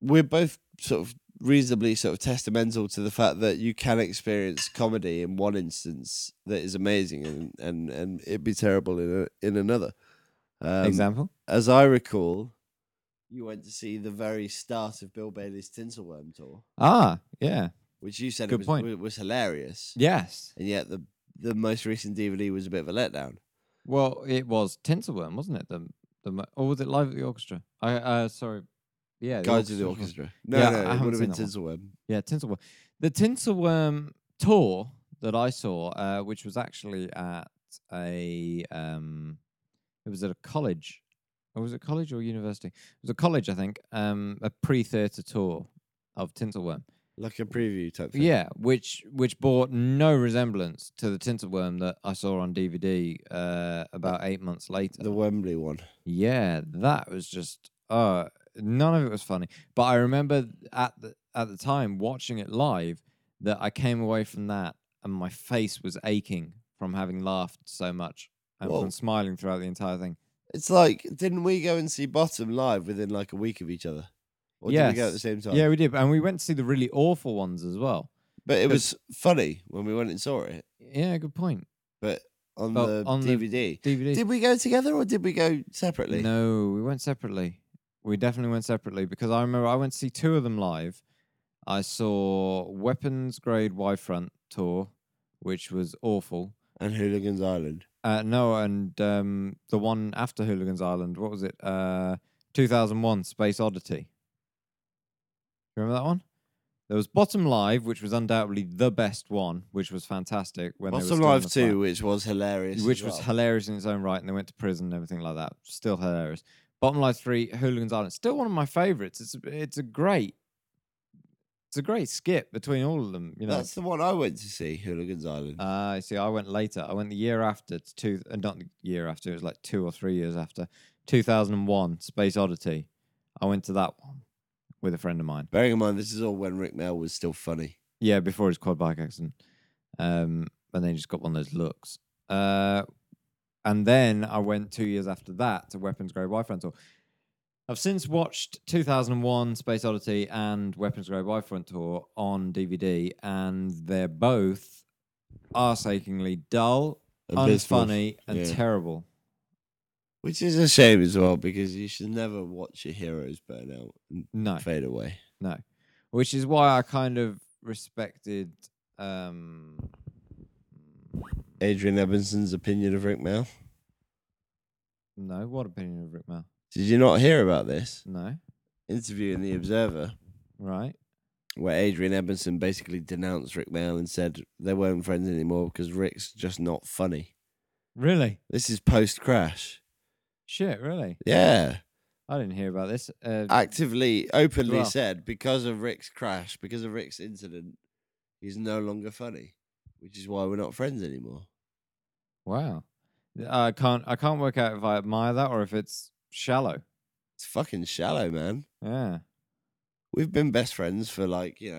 Speaker 2: we're both sort of reasonably sort of testamental to the fact that you can experience comedy in one instance that is amazing and and, and it be terrible in a, in another. Um,
Speaker 1: Example?
Speaker 2: As I recall, you went to see the very start of Bill Bailey's Tinselworm tour,
Speaker 1: Ah, yeah.
Speaker 2: which you said
Speaker 1: Good
Speaker 2: it was,
Speaker 1: point.
Speaker 2: wa- was hilarious,
Speaker 1: Yes.
Speaker 2: and yet the the most recent DVD was a bit of a letdown.
Speaker 1: Well, it was Tinselworm, wasn't it? The The, mo- or was it live at the orchestra? I uh, sorry, yeah, the
Speaker 2: Guides of the
Speaker 1: was-
Speaker 2: Orchestra. No,
Speaker 1: Yeah, I
Speaker 2: no, it
Speaker 1: haven't
Speaker 2: would have
Speaker 1: seen
Speaker 2: been
Speaker 1: that
Speaker 2: Tinselweb.
Speaker 1: Yeah, Tinselworm. The Tinselworm tour that I saw, uh, which was actually at a, um, it was at a college, or was it college or university? It was a college, I think. Um, a pre-theatre tour of Tinselworm.
Speaker 2: Like a preview type thing.
Speaker 1: Yeah, which which bore no resemblance to the Tinselworm that I saw on DVD uh, about eight months later.
Speaker 2: The Wembley one.
Speaker 1: Yeah, that was just uh none of it was funny. But I remember at the at the time watching it live that I came away from that and my face was aching from having laughed so much and
Speaker 2: Whoa.
Speaker 1: from smiling throughout the entire thing.
Speaker 2: It's like, didn't we go and see Bottom live within like a week of each other? Or did we go at the
Speaker 1: Yes.
Speaker 2: same time?
Speaker 1: Yeah, we did. And we went to see the really awful ones as well.
Speaker 2: But it
Speaker 1: 'cause-
Speaker 2: was funny when we went and saw it.
Speaker 1: Yeah, good point.
Speaker 2: But on
Speaker 1: Oh,
Speaker 2: the
Speaker 1: on the
Speaker 2: DVD.
Speaker 1: DVD.
Speaker 2: Did we go together or did we go separately?
Speaker 1: No, we went separately. We definitely went separately because I remember I went to see two of them live. I saw Weapons Grade Y Front tour, which was awful.
Speaker 2: And Hooligans Island.
Speaker 1: Uh, no, and um, the one after Hooligans Island, what was it? Uh, 2001 Space Oddity. Remember that one? There was Bottom Live, which was undoubtedly the best one, which was fantastic. When they were
Speaker 2: Bottom
Speaker 1: still on
Speaker 2: Live
Speaker 1: the
Speaker 2: 2,
Speaker 1: planet
Speaker 2: which was hilarious.
Speaker 1: which
Speaker 2: as
Speaker 1: was
Speaker 2: well.
Speaker 1: hilarious in its own right, and they went to prison and everything like that. Still hilarious. Bottom line three, Hooligans Island, still one of my favorites. It's a- it's a great, it's a great skip between all of them. You know,
Speaker 2: That's the one I went to see, Hooligans Island.
Speaker 1: I Uh, see. I went later. I went the year after to two, uh, not the year after. It was like two or three years after, two thousand and one, Space Oddity. I went to that one with a friend of mine.
Speaker 2: Bearing in mind, this is all when Rick Mail was still funny.
Speaker 1: Yeah, before his quad bike accident. Um, and then he just got one of those looks. Uh, and then I went two years after that to Weapons Grade Wife Tour. I've since watched 2001 Space Oddity and Weapons Grade Wife Tour on DVD, and they're both arse achingly dull,
Speaker 2: Abysmal.
Speaker 1: unfunny, and
Speaker 2: yeah.
Speaker 1: terrible.
Speaker 2: Which is a shame as well, because you should never watch your heroes burn out and
Speaker 1: No.
Speaker 2: fade away.
Speaker 1: No. Which is why I kind of respected um,
Speaker 2: Adrian Ebinson's opinion of Rick Mail.
Speaker 1: no, what opinion of Rick Mao?
Speaker 2: Did you not hear about this?
Speaker 1: No.
Speaker 2: Interview in The Observer,
Speaker 1: Right.
Speaker 2: where Adrian Ebinson basically denounced Rick Mail and said they weren't friends anymore because Rick's just not funny.
Speaker 1: Really?
Speaker 2: This is post crash.
Speaker 1: Shit, really?
Speaker 2: Yeah.
Speaker 1: I didn't hear about this. Uh,
Speaker 2: Actively, openly
Speaker 1: Well.
Speaker 2: said because of Rick's crash, because of Rick's incident, he's no longer funny, which is why we're not friends anymore.
Speaker 1: wow. I can't I can't work out if I admire that or if it's shallow.
Speaker 2: It's fucking shallow, man.
Speaker 1: Yeah.
Speaker 2: We've been best friends for like, you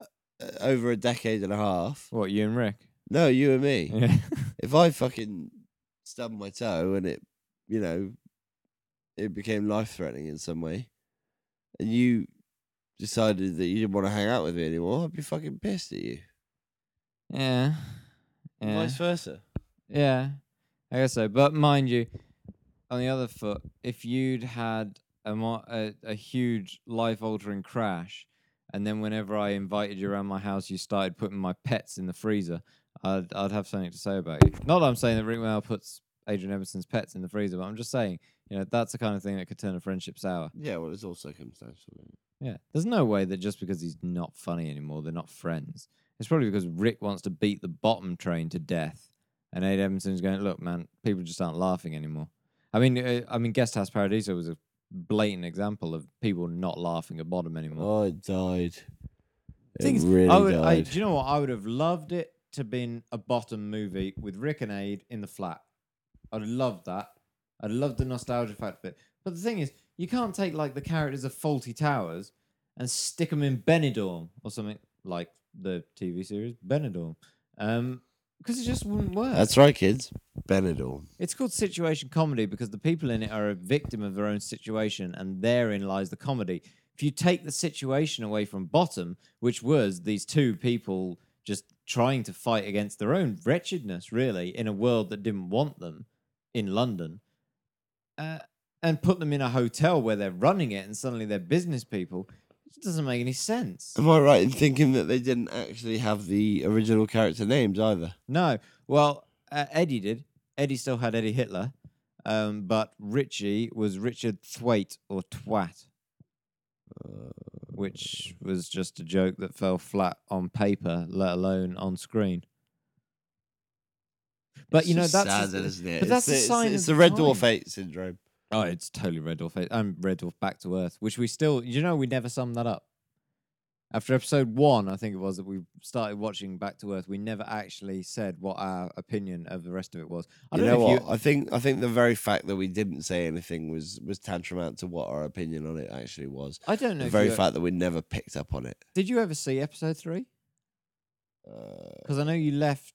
Speaker 2: know, uh, over a decade and a half.
Speaker 1: What, you and Rick?
Speaker 2: No, you and me.
Speaker 1: Yeah.
Speaker 2: if I fucking stubbed my toe and it, you know, it became life threatening in some way, and you decided that you didn't want to hang out with me anymore, I'd be fucking pissed at you.
Speaker 1: *laughs* yeah.
Speaker 2: And
Speaker 1: Yeah.
Speaker 2: Vice versa.
Speaker 1: Yeah. I guess so. But mind you, on the other foot, if you'd had a mo- a, a huge life altering crash and then whenever I invited you around my house you started putting my pets in the freezer, I'd I'd have something to say about you. Not that I'm saying that Rick Mail puts Adrian Emerson's pets in the freezer, but I'm just saying, you know, that's the kind of thing that could turn a friendship sour.
Speaker 2: Yeah, well, it's all circumstantial.
Speaker 1: Yeah. There's no way that just because he's not funny anymore, they're not friends. It's probably because Rick wants to beat the bottom train to death. And Ed Emerson's going, look, man, people just aren't laughing anymore. I mean, uh, I mean, Guest House Paradiso was a blatant example of people not laughing at bottom anymore.
Speaker 2: Oh, it died. It
Speaker 1: Thing is,
Speaker 2: really
Speaker 1: I would, I,
Speaker 2: died.
Speaker 1: do you know what? I would have loved it to been a bottom movie with Rick and Aid in the flat. I'd have loved that. I'd love the nostalgia fact of it. But the thing is, you can't take like the characters of Faulty Towers and stick them in Benidorm or something like the TV series Benidorm, um, because it just wouldn't work.
Speaker 2: That's right, kids. Benidorm.
Speaker 1: It's called situation comedy because the people in it are a victim of their own situation, and therein lies the comedy. If you take the situation away from bottom, which was these two people just trying to fight against their own wretchedness, really, in a world that didn't want them in London, uh, and put them in a hotel where they're running it and suddenly they're business people, it doesn't make any sense.
Speaker 2: Am I right in thinking that they didn't actually have the original character names either?
Speaker 1: No. Well, uh, Eddie did. Eddie still had Eddie Hitler. Um, but Richie was Richard Thwaite or Twat, which
Speaker 2: Uh.
Speaker 1: was just a joke that fell flat on paper, let alone on screen. But
Speaker 2: It's
Speaker 1: you know
Speaker 2: just
Speaker 1: that's
Speaker 2: sad,
Speaker 1: the-
Speaker 2: isn't it?
Speaker 1: but that's
Speaker 2: it's,
Speaker 1: a sign
Speaker 2: It's,
Speaker 1: of
Speaker 2: it's the Red
Speaker 1: time.
Speaker 2: Dwarf eight syndrome.
Speaker 1: Oh, it's totally Red Dwarf. It- I'm Red Dwarf Back to Earth, which we still, you know, we never summed that up. After episode one, I think it was that we started watching Back to Earth, we never actually said what our opinion of the rest of it was. I
Speaker 2: You
Speaker 1: don't
Speaker 2: know
Speaker 1: know, if
Speaker 2: what? I think I think the very fact that we didn't say anything was was tantamount to what our opinion on it actually was.
Speaker 1: you. I don't know.
Speaker 2: The
Speaker 1: if
Speaker 2: very
Speaker 1: you-
Speaker 2: fact that we never picked up on it.
Speaker 1: Did you ever see episode three?
Speaker 2: Uh,
Speaker 1: Because I know you left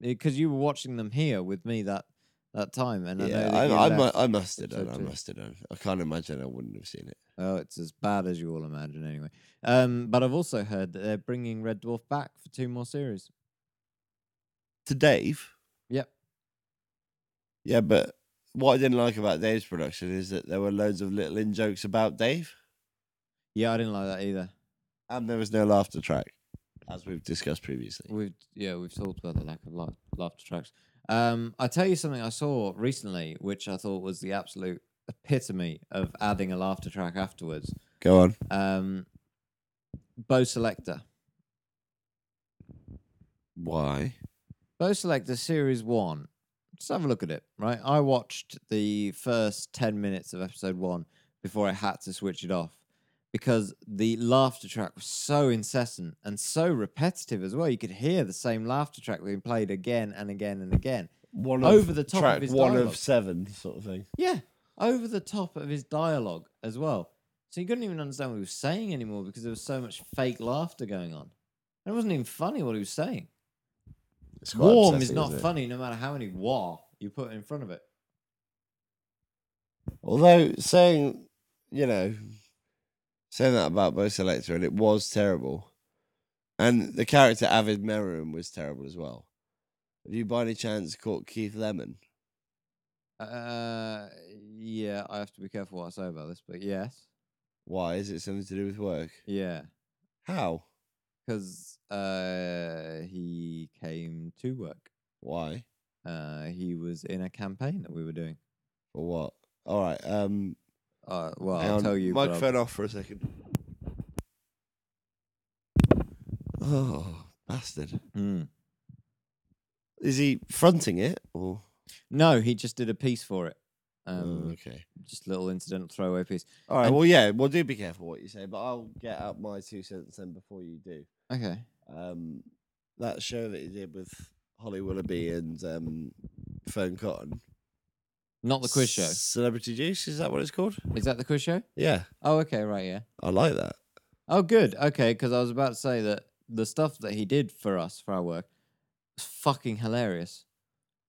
Speaker 1: because you were watching them here with me that that time, and I know
Speaker 2: yeah,
Speaker 1: that
Speaker 2: I,
Speaker 1: you
Speaker 2: I, mu-
Speaker 1: left.
Speaker 2: I must have done. I
Speaker 1: episode two.
Speaker 2: must have done. I can't imagine I wouldn't have seen it.
Speaker 1: Oh, it's as bad as you all imagine, anyway. Um, but I've also heard that they're bringing Red Dwarf back for two more series.
Speaker 2: To Dave.
Speaker 1: Yep.
Speaker 2: Yeah, but what I didn't like about Dave's production is that there were loads of little in jokes about Dave,
Speaker 1: Yeah, I didn't like that either.
Speaker 2: and there was no laughter track, as we've discussed previously.
Speaker 1: We've yeah, we've talked about the lack of laugh, laughter tracks. Um, I tell you something I saw recently, which I thought was the absolute epitome of adding a laughter track afterwards.
Speaker 2: Go on.
Speaker 1: Um, Bo Selector,
Speaker 2: Why?
Speaker 1: Bo Selector series one. Just have a look at it, right? I watched the first ten minutes of episode one before I had to switch it off because the laughter track was so incessant and so repetitive as well. You could hear the same laughter track being played again and again and again.
Speaker 2: One
Speaker 1: Over the top of
Speaker 2: track
Speaker 1: his
Speaker 2: one
Speaker 1: dialogue.
Speaker 2: of seven sort of thing.
Speaker 1: Yeah, over the top of his dialogue as well. So you couldn't even understand what he was saying anymore because there was so much fake laughter going on. And it wasn't even funny what he was saying.
Speaker 2: It's quite
Speaker 1: Warm
Speaker 2: upsetting,
Speaker 1: is not
Speaker 2: isn't it?
Speaker 1: funny no matter how many wah you put in front of it.
Speaker 2: Although saying, you know, saying that about Bo Selector, and it was terrible. And the character Avid Merriam was terrible as well. Have you by any chance caught Keith Lemon?
Speaker 1: Uh, yeah, I have to be careful what I say about this, but yes,
Speaker 2: Why? Is it something to do with work?
Speaker 1: yeah,
Speaker 2: How?
Speaker 1: because uh, he came to work.
Speaker 2: Why?
Speaker 1: Uh, he was in a campaign that we were doing.
Speaker 2: Or what? All right. Um,
Speaker 1: Uh, well,
Speaker 2: hang
Speaker 1: I'll
Speaker 2: on.
Speaker 1: tell you. but I'll-
Speaker 2: Microphone off for a second. Oh, bastard!
Speaker 1: Mm.
Speaker 2: Is he fronting it or?
Speaker 1: No, he just did a piece for it. Um,
Speaker 2: Oh, okay.
Speaker 1: Just a little incidental throwaway piece.
Speaker 2: All right.
Speaker 1: And-
Speaker 2: Well, yeah. Well, do be careful what you say, but I'll get out my two cents then before you do.
Speaker 1: Okay.
Speaker 2: Um, that show that you did with Holly Willoughby and um, Fern Cotton,
Speaker 1: Not the quiz show.
Speaker 2: Celebrity Juice, is that what it's called?
Speaker 1: Is that the quiz show?
Speaker 2: Yeah,
Speaker 1: Oh, okay, right, yeah.
Speaker 2: I like that.
Speaker 1: Oh, good. Okay, because I was about to say that the stuff that he did for us for our work was fucking hilarious.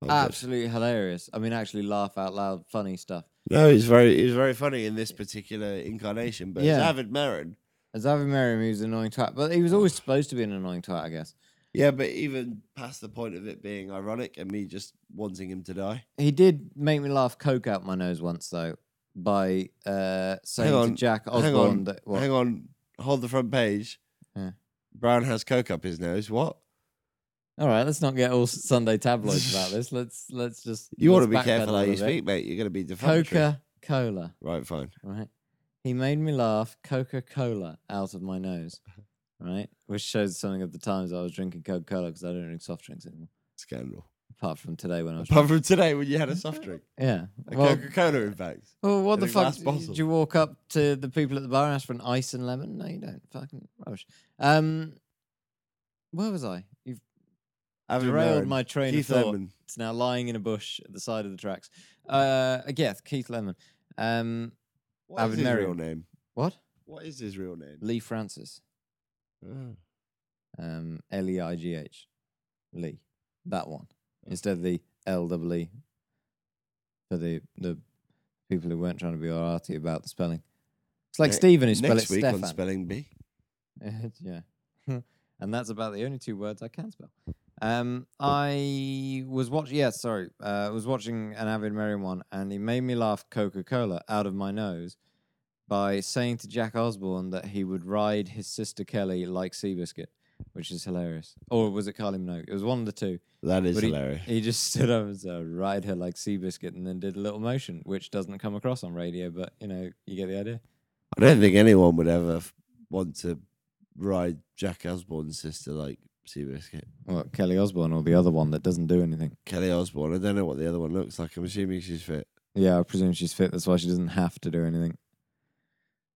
Speaker 2: Oh, good.
Speaker 1: Absolutely hilarious. I mean, actually, laugh out loud, funny stuff.
Speaker 2: No, it's very, it's very funny in this particular incarnation. But it's
Speaker 1: Yeah.
Speaker 2: Avid Merrin.
Speaker 1: As Avi Merriam, he was an annoying twat, but he was always supposed to be an annoying twat, I guess.
Speaker 2: Yeah, but even past the point of it being ironic and me just wanting him to die.
Speaker 1: He did make me laugh coke out my nose once, though, by uh, saying
Speaker 2: on,
Speaker 1: to Jack
Speaker 2: hang
Speaker 1: Osborne
Speaker 2: on,
Speaker 1: that. What?
Speaker 2: Hang on, hold the front page.
Speaker 1: Yeah.
Speaker 2: Brown has coke up his nose. What?
Speaker 1: All right, let's not get all Sunday tabloids about
Speaker 2: *laughs*
Speaker 1: this. Let's let's just
Speaker 2: You ought
Speaker 1: let's
Speaker 2: to be
Speaker 1: backpedal
Speaker 2: careful
Speaker 1: a
Speaker 2: how you
Speaker 1: little bit.
Speaker 2: speak, mate. You're going to be defamatory.
Speaker 1: Coca Cola,
Speaker 2: Right, fine.
Speaker 1: right? He made me laugh. Coca Cola out of my nose, right? Which shows something of the times I was drinking Coca Cola because I don't drink soft drinks anymore,
Speaker 2: Scandal.
Speaker 1: apart from today when I was.
Speaker 2: Apart from today when you had a soft drink.
Speaker 1: drinking.
Speaker 2: A
Speaker 1: yeah. Well,
Speaker 2: Coca Cola, in fact.
Speaker 1: well, what
Speaker 2: in
Speaker 1: the
Speaker 2: a
Speaker 1: fuck?
Speaker 2: glass
Speaker 1: Do
Speaker 2: bottle.
Speaker 1: you walk up to the people at the bar and ask for an ice and lemon? No, you don't. Fucking rubbish. Um, where was I? You've
Speaker 2: Avid
Speaker 1: derailed
Speaker 2: Merrin,
Speaker 1: my train
Speaker 2: Keith
Speaker 1: of thought.
Speaker 2: Lemon.
Speaker 1: It's now lying in a bush at the side of the tracks. Uh, yeah, Keith Lemon. Um,
Speaker 2: What is
Speaker 1: Avid
Speaker 2: his
Speaker 1: Merrin.
Speaker 2: real name?
Speaker 1: what?
Speaker 2: What is his real name?
Speaker 1: Lee Francis. Um, L E I G H. Lee. That one. Instead of the L double E. For the, the people who weren't trying to be all arty about the spelling. It's like
Speaker 2: Ne-
Speaker 1: Stephen who spelled it
Speaker 2: Next week
Speaker 1: Stefan.
Speaker 2: on Spelling Bee.
Speaker 1: *laughs* yeah. and that's about the only two words I can spell. Um, I was watching, yeah, sorry, uh, I was watching an Avid Merriam one, and he made me laugh Coca Cola out of my nose by saying to Jack Osborne that he would ride his sister Kelly like Seabiscuit, which is hilarious. Or was it Carly Minogue? It was one of the two.
Speaker 2: That is
Speaker 1: But
Speaker 2: hilarious.
Speaker 1: He just *laughs* stood up and said, "Ride her like Seabiscuit," and then did a little motion, which doesn't come across on radio, but you know, you get the idea.
Speaker 2: I don't think anyone would ever f- want to ride Jack Osborne's sister like Seabiscuit.
Speaker 1: Well, Kelly Osbourne or the other one that doesn't do anything.
Speaker 2: Kelly Osborne. I don't know what the other one looks like. I'm assuming she's fit.
Speaker 1: Yeah, I presume she's fit. That's why she doesn't have to do anything.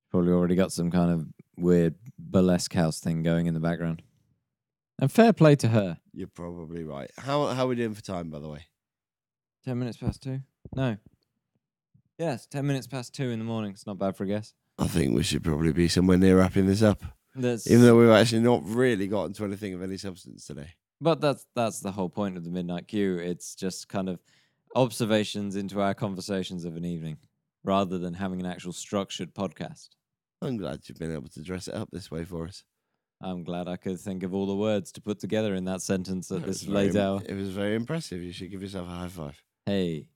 Speaker 1: Probably already got some kind of weird burlesque house thing going in the background. And fair play to her.
Speaker 2: You're probably right. How how are we doing for time, by the way?
Speaker 1: Ten minutes past two? No. Yes, ten minutes past two in the morning. It's not bad for a guess.
Speaker 2: I think we should probably be somewhere near wrapping this up,
Speaker 1: That's,
Speaker 2: even though we've actually not really gotten to anything of any substance today.
Speaker 1: but that's that's the whole point of the midnight queue. It's just kind of observations into our conversations of an evening, rather than having an actual structured podcast.
Speaker 2: I'm glad you've been able to dress it up this way for us.
Speaker 1: I'm glad I could think of all the words to put together in that sentence at
Speaker 2: It was
Speaker 1: this
Speaker 2: very
Speaker 1: late
Speaker 2: im-
Speaker 1: hour.
Speaker 2: It was very impressive. You should give yourself a high five. *laughs*
Speaker 1: Hey,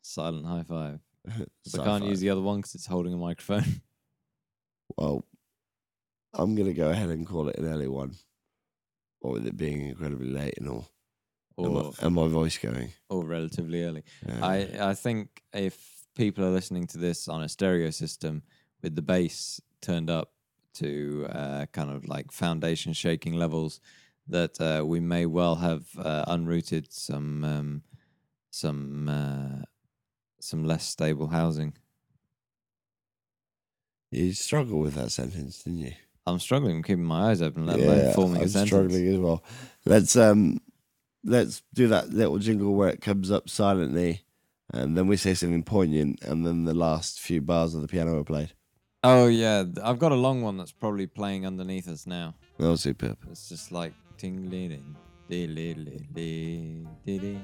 Speaker 1: silent high five. So I
Speaker 2: Side
Speaker 1: can't
Speaker 2: five.
Speaker 1: use the other one because it's holding a microphone. *laughs*
Speaker 2: Well, I'm gonna go ahead and call it an early one, or with it being incredibly late and all, and, my,
Speaker 1: or,
Speaker 2: and my voice going.
Speaker 1: or relatively early.
Speaker 2: Uh,
Speaker 1: I, I think if people are listening to this on a stereo system with the bass turned up to uh, kind of like foundation shaking levels, that uh, we may well have uh, unrooted some um, some uh, some less stable housing.
Speaker 2: you struggled with that sentence, didn't you?
Speaker 1: I'm struggling with keeping my eyes open, let alone forming
Speaker 2: I'm
Speaker 1: a sentence.
Speaker 2: struggling as well. Let's um, let's do that little jingle where it comes up silently, and then we say something poignant, and then the last few bars of the piano are played.
Speaker 1: Oh yeah, th- I've got a long one that's probably playing underneath us now.
Speaker 2: That was superb.
Speaker 1: It's just like ting-ling, dee-lee-lee-lee, dee-dee.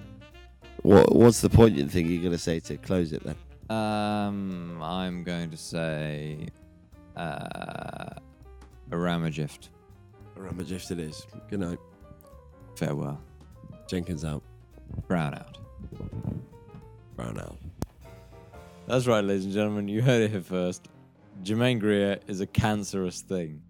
Speaker 2: What what's the poignant thing you're gonna say to close it then?
Speaker 1: Um, I'm going to say, uh, Aramagift.
Speaker 2: Ramajift it is. Good night.
Speaker 1: Farewell.
Speaker 2: Jenkins out.
Speaker 1: Brown out.
Speaker 2: Brown out.
Speaker 1: That's right, ladies and gentlemen. You heard it here first. Jermaine Greer is a cancerous thing.